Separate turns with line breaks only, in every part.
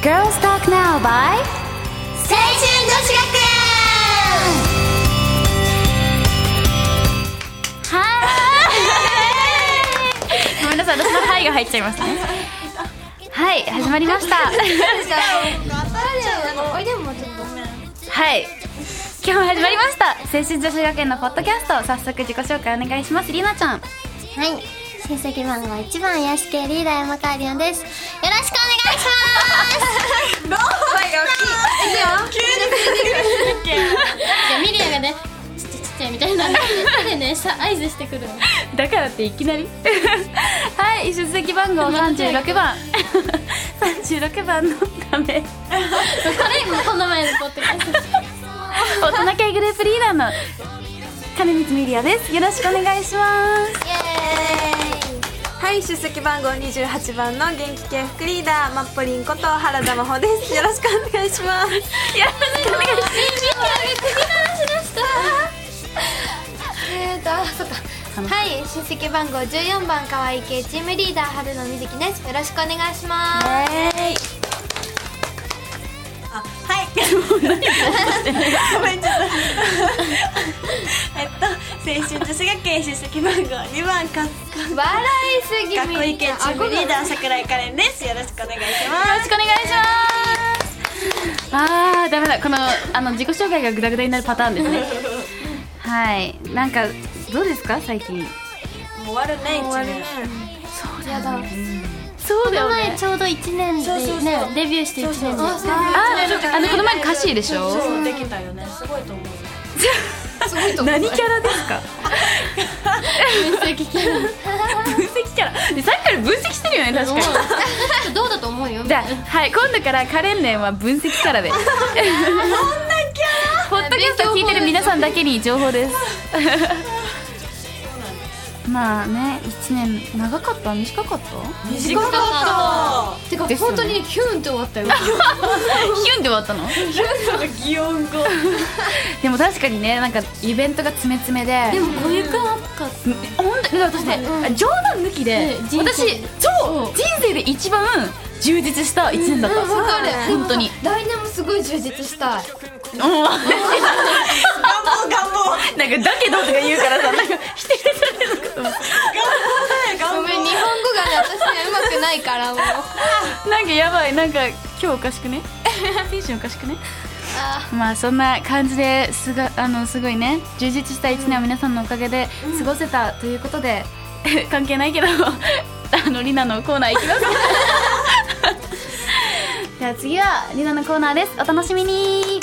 Girls Talk Now by
青春女子学
ごめんなさい、私のはいが入っちゃいました。はい、始まりました。
園おいでもちょっと
はい。今日も始まりました。青春女子学園のポッドキャスト、早速自己紹介お願いします。りなちゃん。
はい成績番号一番屋敷リーダー山川りおですよろしくお願いしますローが大きい
いやミリアがねちっちゃいちっちゃいみたいな手でねさ合図してくるの
だからっていきなり。はい、出席番号三十六番。三十六番のため。
これこの前のポッドキャスト
大人系グループリーダーの。金光ミリアです。よろしくお願いします。
はい出席番号28番の元気系副リーダーマッポリンこと原田真帆ですよろしくお願いします
よろしくお願いします。
えーとあそっかはい出席番号14番可愛い系チームリーダー春野瑞希ですよろしくお願いします
あはいごめんちょっとえっと青春女子学園出席番号2番かっ
笑いすぎ
かっこいい系チームリーダー桜井可憐ですよろしくお願いし
よろ
ま
し
す
くお願いします。ああ、ダメだ、この、あの自己紹介がグダグダになるパターンですね。はい、なんか、どうですか、最近。
もう終わるね一年
やだ
そうだ
この
よ
前。ちょうど1年
そうそうそう
でねデビューして1年で
あすごい
あー、あの、この前歌詞でしょ
そうできたよねすごいと思う
何キャラですか。
分析系もう
分析キャラ、で、さっきから分析してるよね、確かに。
どうだと思うよ
じゃあ、はい、今度からカレンレンは分析キャラで。そんなキャラ。ポッドキャストを聞いてる皆さんだけに情報です。まあね、一年長かった、短かった。
短かった
てか
ですよね
本当にキュンって終わったよ
ヒュンで終わったの
擬音語
でも確かにねなんかイベントが詰め詰めで
でもこういう感かった
本当に私ね、冗談抜きで、
うん人生
私超人生で一番充実した1年だった、
わかる
本当に
来年もすごい充実したい
うんなんか
願望願望
「だけど」とか言うからさなんか否定されるのかと思っ
願
ご
望
めん日本語がね私ねうまくないからもう
てなんかやばいなんか今日おかしくね テンションおかしくねまあそんな感じですがあのすごいね充実した1年を皆さんのおかげで過ごせたということで、 関係ないけど あのりなのコーナーいき ますじゃあ次はりなのコーナーですお楽しみに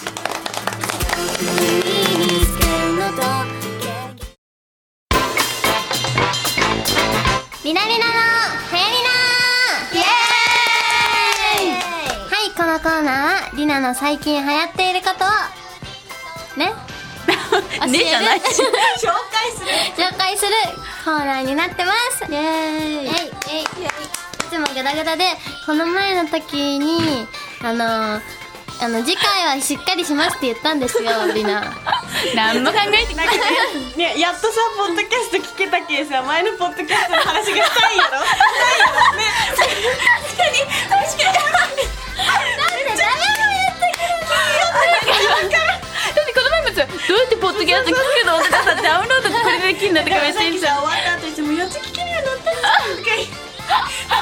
みなみなのはやりなイエーイはいこのコーナーはりなの最近流行っていることをね
ねじゃない
紹介する
紹介するコーナーになってますイエーイいつもガダガダでこの前の時にあのあの次回はしっかりしますって言ったんですよりな
何も考え てない
ね、やっとさポッドキャスト聞けたけさ前のポッドキャストの話がしたい やろ
だってこの前もさどうやってポッドキャスト聞くのとかさダウンロードこれでできるんだとかめっちゃ
さっ
言っ
き
てた
さ終わった後にさもう4つ聞けるようになったとか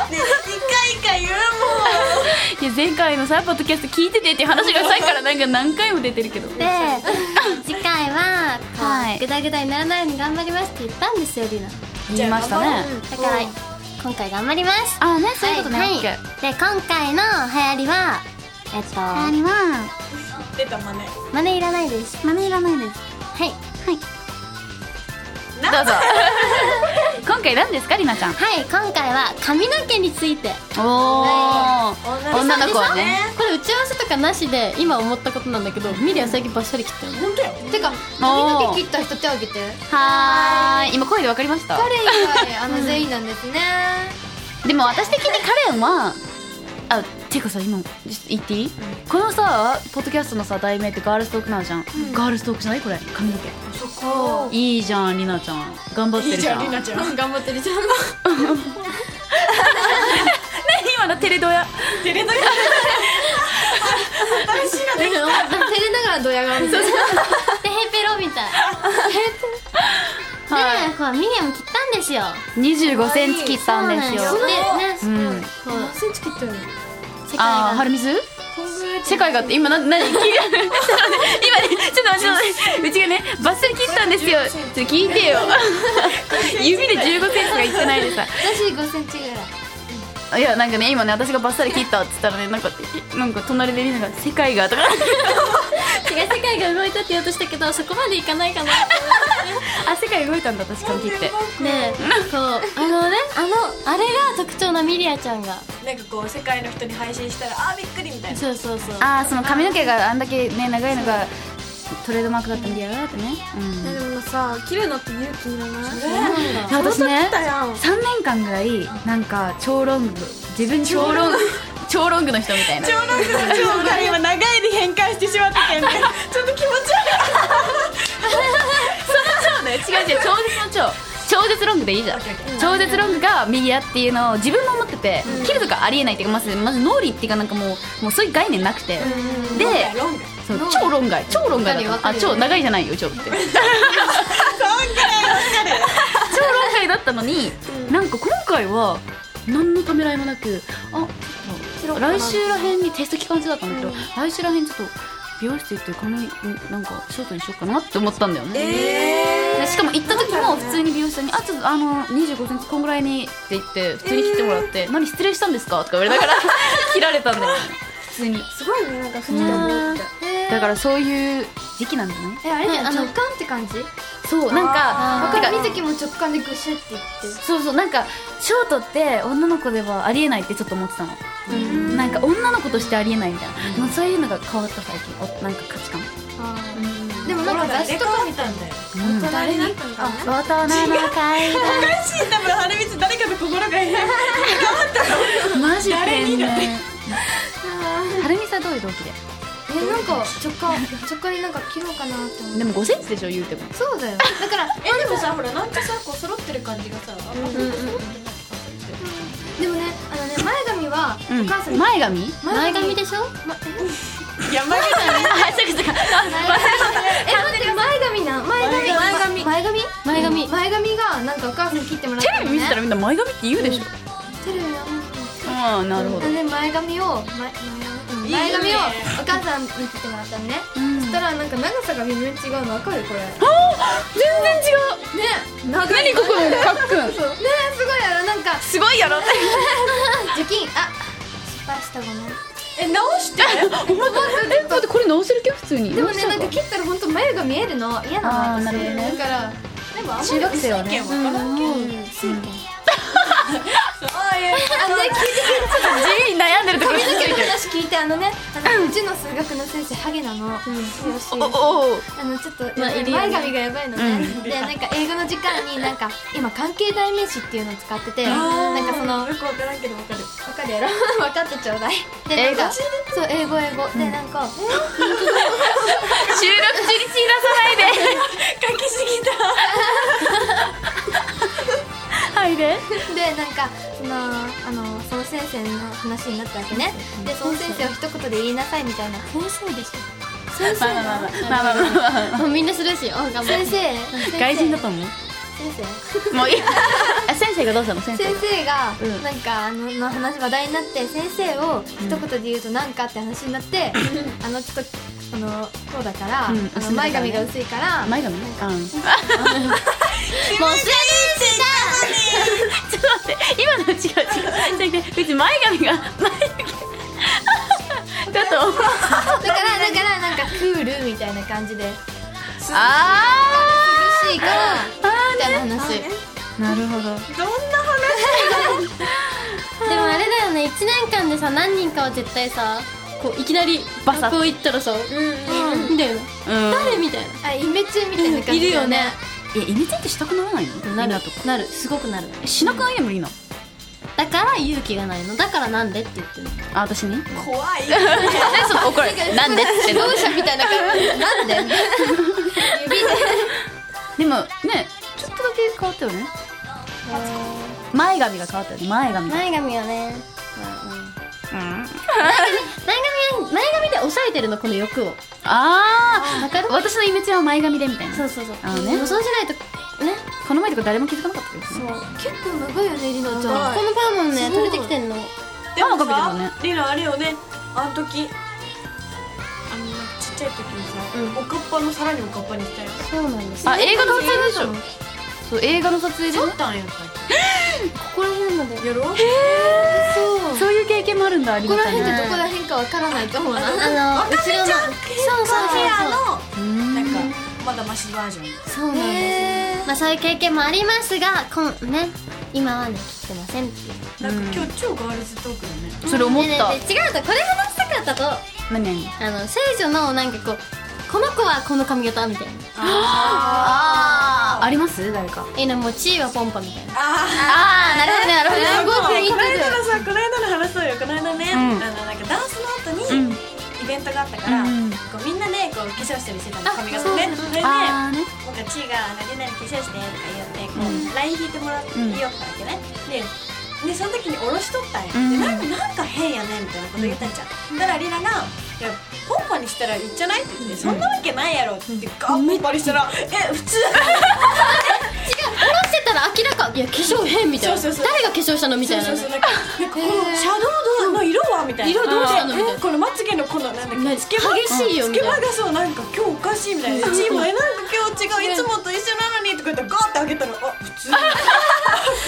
言って2回か言うもん
いや前回のさポッドキャスト聞いててっていう話がさっきからなんか何回も出てるけど
で次回はこう、
はい
グダグダにならないように頑張りますって言ったんですよりなだ
言いましたね
から今回頑張ります
ああねそういうことね、
はい、
オッケー
で今回の流行りはえっと
何は
出た真似
マネいらないですマネいらないですはい
どうぞ今回何ですかりなちゃん
はい今回は髪の毛につ いて
おお女の子はね
これ打ち合わせとかなしで今思ったことなんだけどミリア最近バッサリ切ったよね
本当よ
てか髪の毛切った人手挙げて
はーい今声で分かりました
彼以外あの全員なんですね
でも私的にカレンはあていうかさ今言っていい、このさポッドキャストのさ題名ってガールストークなんじゃん、ガールストークじゃないこれ髪の毛
そこ
いいじゃんりなちゃん頑張っ
い
て
い
る
じ
じゃ
ゃ
ん
んりなちゃん
頑張ってるじゃん
今のテレドヤ
テレ東
照れながらドヤ顔みたいな
でヘペロみ たいでこうミリアも切ったんですよ
25センチ切ったんですよ
そうなんです
う
でね
ん
こう
何センチ切ったの
世界
ああ
が
春水世界がって今な 何今ねちょっと待ってちょっと待 ってうちがねバッサリ切ったんですよちょっと聞い てよ指で15センチがいってないでさ
私5センチぐらい
いやなんかね今ね私がバッサリ切ったって言ったらねなんかなんか隣でみんなが「世界が」とか
違う世界が動いたって言おうとしたけどそこまでいかないかな
あ世界動いたんだ確かに切って
でこうあのねあのあれが特徴のミリアちゃんが
なんかこう世界の人に配信したらあーびっくりみたいな
そうそうそう
ああその髪の毛があんだけね長いのがトレードマークだったんでやがってねうん
でもさ切るのって勇気いらない
いや私ね
切ったやん
3年間ぐらいなんか超ロング自分超ロング超ロングの人みたいな
長男の長男今長いに変換してしまったけん ねちょっと気持ち
そうだよ違う違う超絶の超超絶ロングでいいじゃん超絶ロングが右やっていうのを自分も思ってて、切るとかありえないっていうかまずまず脳裏っていうかなんかもうもうそういう概念なくて、で
ロング
そう超論外超論外だったのあ超長いじゃないよ超って 超論外だったのに、なんか今回は何のためらいもなくあちょっと来週らへんにテスト期間中だったんだけど、来週らへんちょっと美容室行って髪なんかショートにしようかなって思ったんだよね、
え
でしかも行った時も普通に美容師さんに「あちょっとあの25センチこんぐらいに」って言って普通に切ってもらって「何失礼したんですか?」とか言わ れながら切られたんだよね普通に
ー、すごいねなんか不思議だねって
だからそういう時期なんじゃない
えあれ
ね
あ
あの
の直感って感じ
そうなんか
若
な
か
んか
水木も直感でグシュっていって
そうそうなんかショートって女の子ではありえないってちょっと思ってたのなんか女の子としてありえないみたいな、まあ、そういうのが変わった最近おなんか価値観
でもなんか雑誌とか見たんだよ
誰になったのか
大
な
人の会
おかしい多分春光誰かの心が変
マジで
誰にだっ
はるみさんどういう動機で
えなんか直感直感になんか切ろうかなって思って
でも5センチでしょ言うても
そうだよだから
えでもさほらなんかさこう揃ってる感じがさあんまり揃ってない
でもねあのね前髪はお母さんに
前 髪
前髪でしょ
山口
え待って前髪な前髪前髪前髪
前髪
前髪がなんかお母さんに切ってもらっ
テ
た
レ
の
ビ見てたら
ね
みんな前髪って言うでしょ
テレビな
ああなるほど
で前髪を前前髪うん前髪をお母さんに切ってもらったのねそしたらなんか長さが微妙に違うのわかるこれ
全然違う
ね長
何
い
ここのかっくん
そうねすごいやろなん か
すごいやろって
受験あ失敗したごめん
え直して
えだってこれ直せるけ普通に
でも
直
ね
しちゃ
な
うんか
か切ったら本当眉が見えるの嫌な
あー
の
なるほどね
だからでもあんまり
中学生はね
わからん
水拳
あい
あのね 聞いて
地味に悩んでるところ
髪の毛の話聞いてあのねあのうちの数学の先生ハゲなの、よし
おお
あのちょっと、前髪がやばいのね、でなんか英語の時間になんか今関係代名詞っていうのを使っててなんかその
よくわからんけどわかる
分かるやろ 分かってちょうだいで
英語
なんかそう英語英語、でなんか
収録中に血出さないで
書きすぎた
はいで
でなんかそのあのその先生の話になったわけねでその先生を一言で言いなさいみたいな先生でし
まあまあまあまあまあまあまあ
もうみんなするしお頑張
先
る
生
外人だ
先
と思う
生
も ういいあ先生がどうしたの先生
先
が
生が
うん
なんかあのの話話題になって先生を一言で言うとなんかって話になって、あのちょっとあのこうだから、
うん
あ
薄
の
めだね
前髪が薄いから、
前髪あんちょっ
もうす
と待って今の違う違うじゃなくてう ち前髪が前髪ちょっと
だからだからなんかクールみたいな感じで
あ
涼しいからみたいな話、
あなるほど
どんな
でもあれだよね1年間でさ何人かは絶対さこういきなり
バサッ
学校行ったらさうんみたいな
うん
誰みたい
あイメチェンみたいな感じ
いるよね
えイメチェンってしたくならないの
な
みん
な
と
るなるすごくなる
えしなくないでもいいの
だから勇気がないのだからなんでって言ってるの
あ私に
怖い
その 怒られるなん でって
ろう者みたいな感じでなんで指で
でもねちょっとだけ変わったよね前髪が変わったよね前髪が
前髪はね
うん
前髪は前髪でおしゃ
えてるのこの欲を
あ
わかる
あ私のイメチェンは前髪でみたいな
そうそうそう
あのね
もうそうしないとね
この前とか誰も気づかなかったですね
結構長いよねりなちゃん
長い
このパーマンね
すご
取
い
れてきてんの
でも
ママか
さ
けてたね
リナあれよねあの時あのちっちゃい時にさ、おかっぱのさらにおかっぱにしたよ
そうなんです
あ映画の撮影でしょそう映画の撮影でね
剃ったんやったっ
ここら辺まで
けやろう
そういう経験もあるんだあり
ここ
が
ら
たい
辺ってど
ね
こら辺かわからないと思うな
あの後ろのそうそう
ヘ
そ
ア
うそう
の
うん
なんかまだマシバージョン
そうなんです、まあそういう経験もありますがこんね今はね切ってませんっていう
なんか今日超ガールズトークだね
それ思っ
ね
た
ねね違うとこれ話したかったとあ
何何
の聖女のなんかこうこの子はこの髪型みたいな
あります誰か
えなもう地位はポンパみたいな
あ
ああなるほどなる
あ
ほどすごくいい
この間のさこの間の話そうよこの間ね、
ん
あのなんかダンスの後
う
に
ん
イベントがあったから、
うん
こうみんなでこう化粧したりしてたの髪型ねそれで
あーね
なんかちーが「何々化粧して」とか言ってこう LINE、引いてもらっていいよってわけね、ででその時におろしとったんや、
うん
でなんかなんか変やねみたいなこと言ったんじゃん、だからリナが「いやポンパにしたらいいんじゃない?」って言って「そんなわけないやろ」って言ってガッポンパにしたら「え 普通?」
下ろしてたら明らかいや化粧変みたいな
そうそうそう
誰が化粧したのみたいな
そうそうそうなんかなんかこのシャドウの色はみたいな
色どうしたのみたいな
えこのまつげのこのなんだっけつけ
激しいよ
つ
み
け
たい
ま
な
がそうなんか今日おかしいみたいな「チームえなんか今日違ういつもと一緒なのに」とか言ったらガーって開けたらあ普通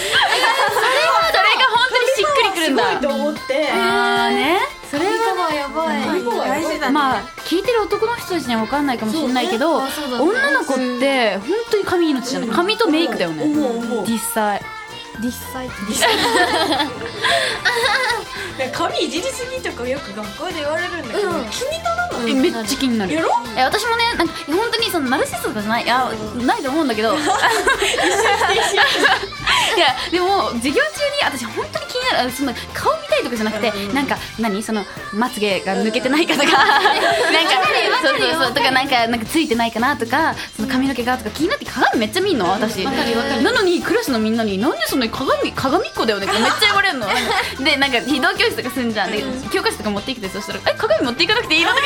それが本当にしっくりくるんだ
すごいと思って
あーね
それはもうやばい
大事だね
まあ聞いてる男の人たちには分かんないかもしれないけど、女の子って本当に髪命じゃない髪とメイクだよね
思う思う
実際
実際って
髪いじりすぎとかよく学校で言われるんだけど気にならない
えめっちゃ気になる
やろ
え私もねなんか本当にそのナルシストとかじゃないいやないと思うんだけどいやでも授業中に私本当に気になるあその顔見たいとかじゃなくて、なんか何そのまつげが抜けてないかとか、なんかそうそうそうとかなんかなんかついてないかなとかその髪の毛がとか気になって鏡めっちゃ見んの私、なのにクラスのみんなになんでそんなに鏡鏡っ子だよねってめっちゃ言わ れるのでなんか非同教室とかすんじゃん、で教科書とか持ってきてそしたら「え鏡持っていかなくていいの?」とか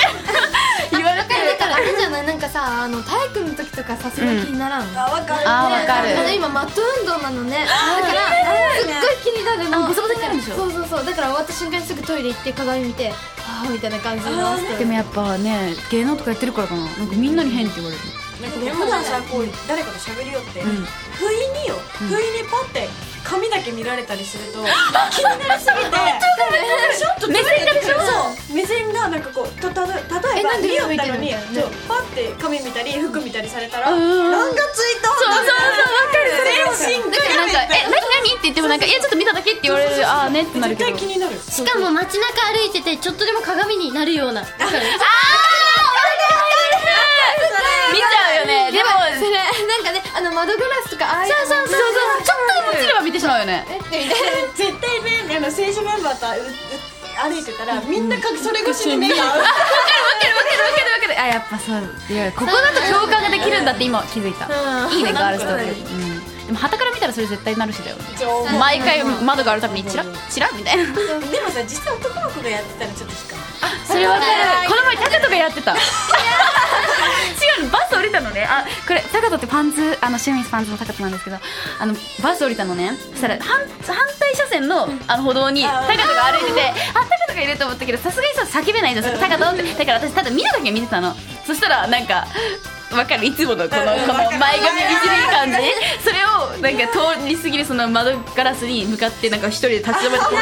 言われて
だからあれじゃないなんかさあの体育の時とかさすごい気にならん、
あわかる
あーわか
あの
る
今マット運動なのねだからすっごい気になる
あ
の
ボサボサになるんでしょ
そうそうそうだから終わった瞬間にすぐトイレ行って鏡見てああみたいな感じに直して
でもやっぱね芸能とかやってるからかななんかみんなに変って言われる
なんかね普段さこう誰かと喋りよって、
ん
不意によ、不意にパッて髪だけ見られたりすると気になりすぎてちょっと目線がそう目線がなんかこうとたと例えば
えなんで
見よっ
上向い
た
てる
のに
みたいなね
そうパッて髪見たり服見たりされたら
うんうんうん
何がついたんだそうそうそう分かるそれを信
だからなんか「え何何?」って言ってもなんか「いやちょっと見ただけ」って言われるああねってなる
絶
けど
対気にな る
しかも街中歩いててちょっとでも鏡になるようなわかる
見ちゃうよねでも
それなんかねあの窓ガラスとかああいうそうそうそう
ちょっとでもつれば見てしまうよね
絶対ねあの政治メンバーとうう歩いてたらみんなかそれ越しに目が合う
わかるわかるわかるわかるあやっぱそういやここだと共感ができるんだって今気づいたいいねガールズトークうんでも旗から見たらそれ絶対なるしだよね毎回窓があるたびにチラッチラッみたいな
でもさ実際男の子がやってたらちょっと引かない
それわかるこの前タカトがやってた違うのバス降りたのねあこれタカトってパンツあのシュミスパンツのタカトなんですけどあのバス降りたのねそしたら反反対車線のあの歩道にタカトが歩いててあタカトがいると思ったけどさすがにさ叫べないじゃんタカトってだから私ただ見るだけ見てたのそしたらなんかわかるいつものこのこの前髪いじれる感じそれをなんか通り過ぎるその窓ガラスに向かってなんか一人で立ち止まって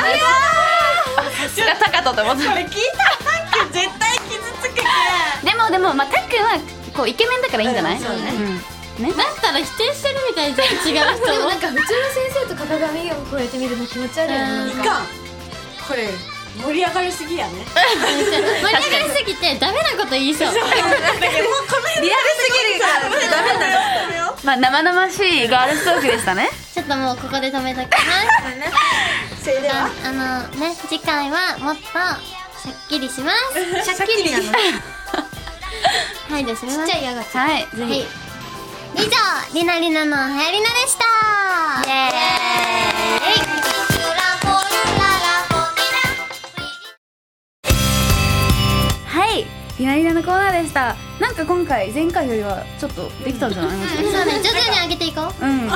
あさすがタカトと思って
これ聞いたさっき絶対傷つくけ
でもでもまあたっくんはこうイケメンだからいいんじゃない？
うんそうね
うんね
だったら否定してるみたいじゃん違う人
でも
も
なんか普通の先生と鏡をこうやって見るの気持ち悪いよね
いかんこれ盛り上がりすぎ やね
盛り上がりすぎてダメなこと言いそう
リアルすぎるからダメだよ
まあ生々しいガールストークでしたね。
ちょっともうここで止めときます
それでは
ああのね次回はもっとしゃっきりします
シャッキリなの
はいですね
ちっちゃいやがつ
はいぜひ。
以上りなりなのはやりなでしたイエーイ
はいリナリナのコーナーでしたなんか今回前回よりはちょっとできたんじゃないもしかして
そうね徐々に上げていこう
うん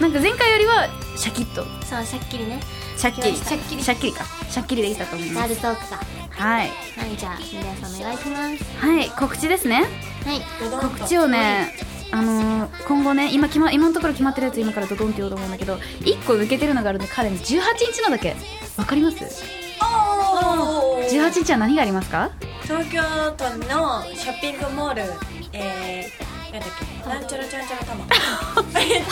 なんか前回よりはシャキッと
そうしゃっきりね
シャッキリ
シャッキリ
シャッキリかシャッキリできたと思いま
な
す
るトークか
はい
はいじゃあ皆さんお願いします
はい告知ですね
はい
告知をねあのー今後ね今決、ま、今のところ決まってるやつ今からドドンって言おうと思うんだけど1個抜けてるのがあるんで彼に18日のだけわかります
おー
?18 日は何がありますか
東京都のショッピングモールえー、なんだっけなんちゃらちゃん ちゃらたまえっと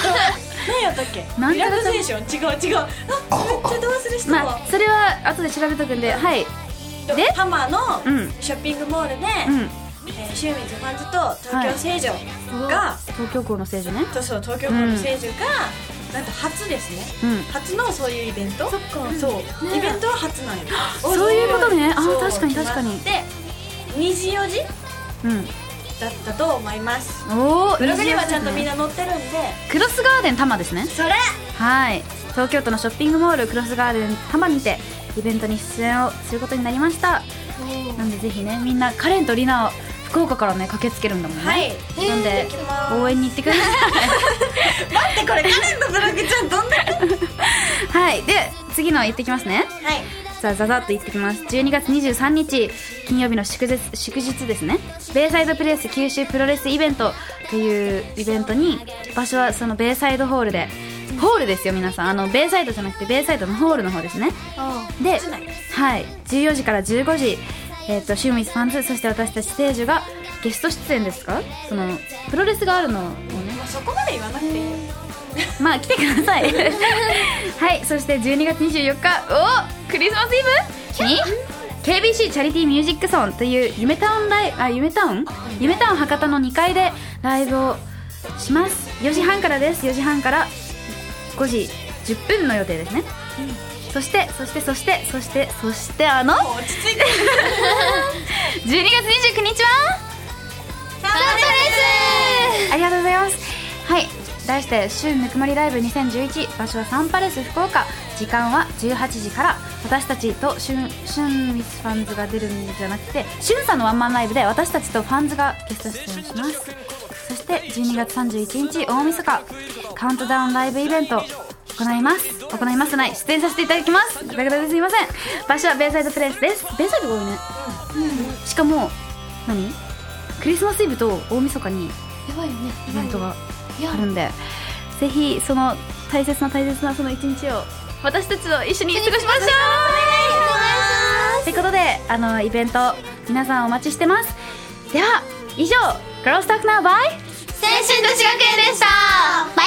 何やったっけ
なん
リ
ちゃ
ラ
らちゃ
ク
ん
ゼーション違う違うあめっちゃどうする人
ま
は
あそれは後で調べとくんではいで
多摩の
うん
ショッピングモールで、
うん
えー、清水パンズと東京成城が、
東京校の聖女ね
そうそう東京都の成城が、なんと初ですね
うん
初のそういうイベントそっかそう、イベントは初なんや
そういうことねあー
そう
確かに確かに
決まって24時
うん
だったと思います
おお
ブログにはちゃんとみんな載ってるんで
クロスガーデン多摩ですね
それ
はい東京都のショッピングモールクロスガーデン多摩にてイベントに出演をすることになりましたなんでぜひねみんなカレンとリナを福岡からね駆けつけるんだもんね
はい
なんで
行きます
応援に行ってくださ
待ってこれカレンのブログちゃんどんだけ
い はいで次の行ってきますね
はい
さあザザっと行ってきます12月23日金曜日の祝日祝日ですねベイサイドプレス九州プロレスイベントというイベントに場所はそのベイサイドホールでホールですよ皆さんあのベイサイドじゃなくてベイサイドのホールの方ですねで、はい、14時から15時、えっとシューミスファンズそして私たちステージがゲスト出演ですかそのプロレスがあるのをね
まあそこまで言わなくていいよ
まあ来てくださ いはいそして12月24日おクリスマスイブに KBC チャリティーミュージックソンという夢タウンライあ夢タウン夢タウン博多の2階でライブをします4時半からです4時半から5時10分の予定ですね、そしてそしてそしてそしてそしてあの
落ち着いて
12月29日はサンパレスありがとうございますはい題して「週ぬくもりライブ2011」場所はサンパレス福岡時間は18時から私たちとシュンシュンミスファンズが出るんじゃなくてシュンさんのワンマンライブで私たちとファンズがゲスト出演しますそして12月31日大晦日カウントダウンライブイベント行います行いますない出演させていただきますガタガタですいません場所はベイサイドプレイスですベイサイドが多いねしかも何クリスマスイブと大晦日に
やばいよね
イベントがあるんでぜひその大切な大切なその一日を私たちと一緒に過ごしましょうということであのイベント皆さんお待ちしてますでは以上「グロースタークナーバイ」
青春女子学園でしたバイ